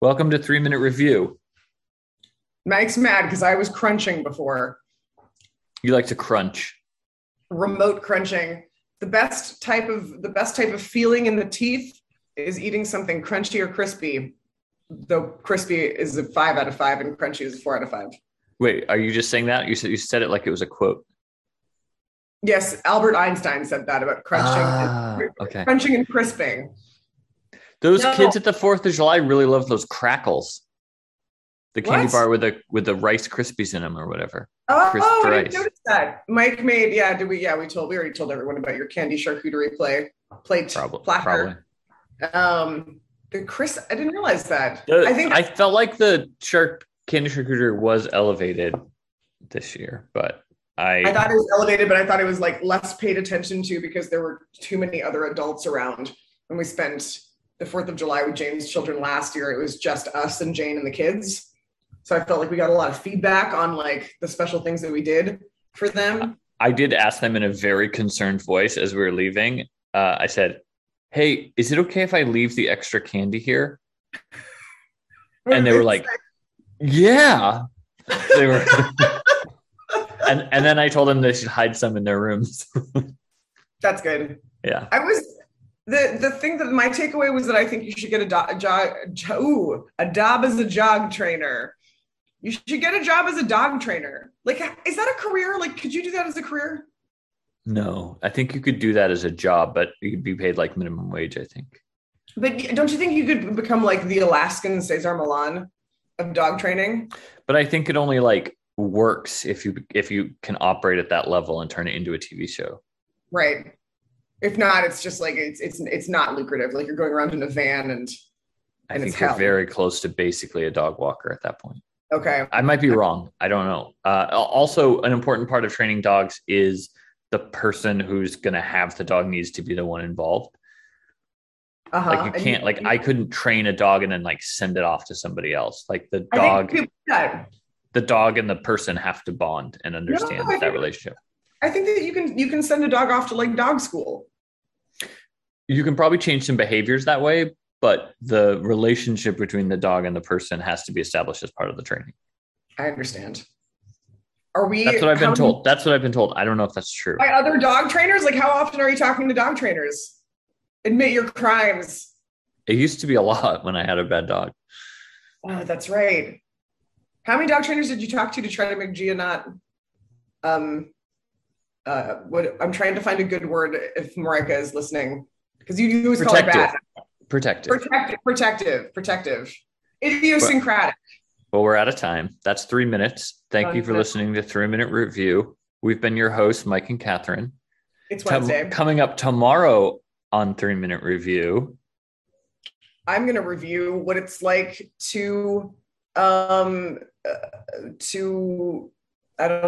Welcome to Three Minute Review. Mike's mad because I was crunching before, You like to crunch. remote crunching. The best type of the best type of feeling in the teeth is eating something crunchy or crispy. Though crispy is a five out of five and crunchy is a four out of five. Wait, are you just saying that? You said you said it like it was a quote. Yes, Albert Einstein said that about crunching, Ah, okay. crunching and crisping. Those No. kids at the Fourth of July really love those crackles. The candy What? bar with the with the Rice Krispies in them or whatever. Oh, Crisp I rice. didn't notice that. Mike made yeah. Did we yeah? We told we already told everyone about your candy charcuterie play plate Probably. Probably. platter. Um, the Chris, I didn't realize that. The- I think I felt like the shark candy charcuterie was elevated this year, but I, I thought it was elevated, but I thought it was like less paid attention to because there were too many other adults around. When we spent the Fourth of July with Jane's children last year, it was just us and Jane and the kids. So I felt like we got a lot of feedback on like the special things that we did for them. I did ask them in a very concerned voice as we were leaving. Uh, I said, "Hey, is it okay if I leave the extra candy here?" And they were like, "Yeah." They were, and and then I told them they should hide some in their rooms. "That's good." yeah, I was the the thing that my takeaway was that I think you should get a, do, a job. jo- ooh, a job as a jog trainer. You should get a job as a dog trainer. Like, is that a career? Like, could you do that as a career? no, I think you could do that as a job, but you'd be paid like minimum wage. I think. But don't you think you could become like the Alaskan Cesar Milan of dog training? but I think it only like works if you if you can operate at that level and turn it into a TV show. Right. If not, it's just like it's it's it's not lucrative. Like you're going around in a van and I And think it's you're hell. very close to basically a dog walker at that point. okay. I might be wrong. I don't know. Uh, al- also, an important part of training dogs is the person who's going to have the dog needs to be the one involved. Uh-huh. Like And you can't like I couldn't train a dog and then like send it off to somebody else. Like the I think dog, people do that. the dog and the person have to bond and understand I that think- relationship. I think that you can you can send a dog off to like dog school. you can probably change some behaviors that way but the relationship between the dog and the person has to be established as part of the training I understand. Are we? that's what i've been how- told that's what i've been told i don't know if that's true By other dog trainers, like how often are you talking to dog trainers? Admit your crimes. it used to be a lot when i had a bad dog Oh, that's right. How many dog trainers did you talk to to try to make Gia not? Um, uh, what I'm trying to find a good word if Marika is listening because you, you always call her bad. Protective. protective Protective, protective, protective, idiosyncratic. well we're out of time that's three minutes thank you for Oh, Okay. listening to three minute review we've been your hosts mike and catherine It's Tom- Wednesday. coming up tomorrow on three minute review I'm going to review what it's like to um uh, to I don't know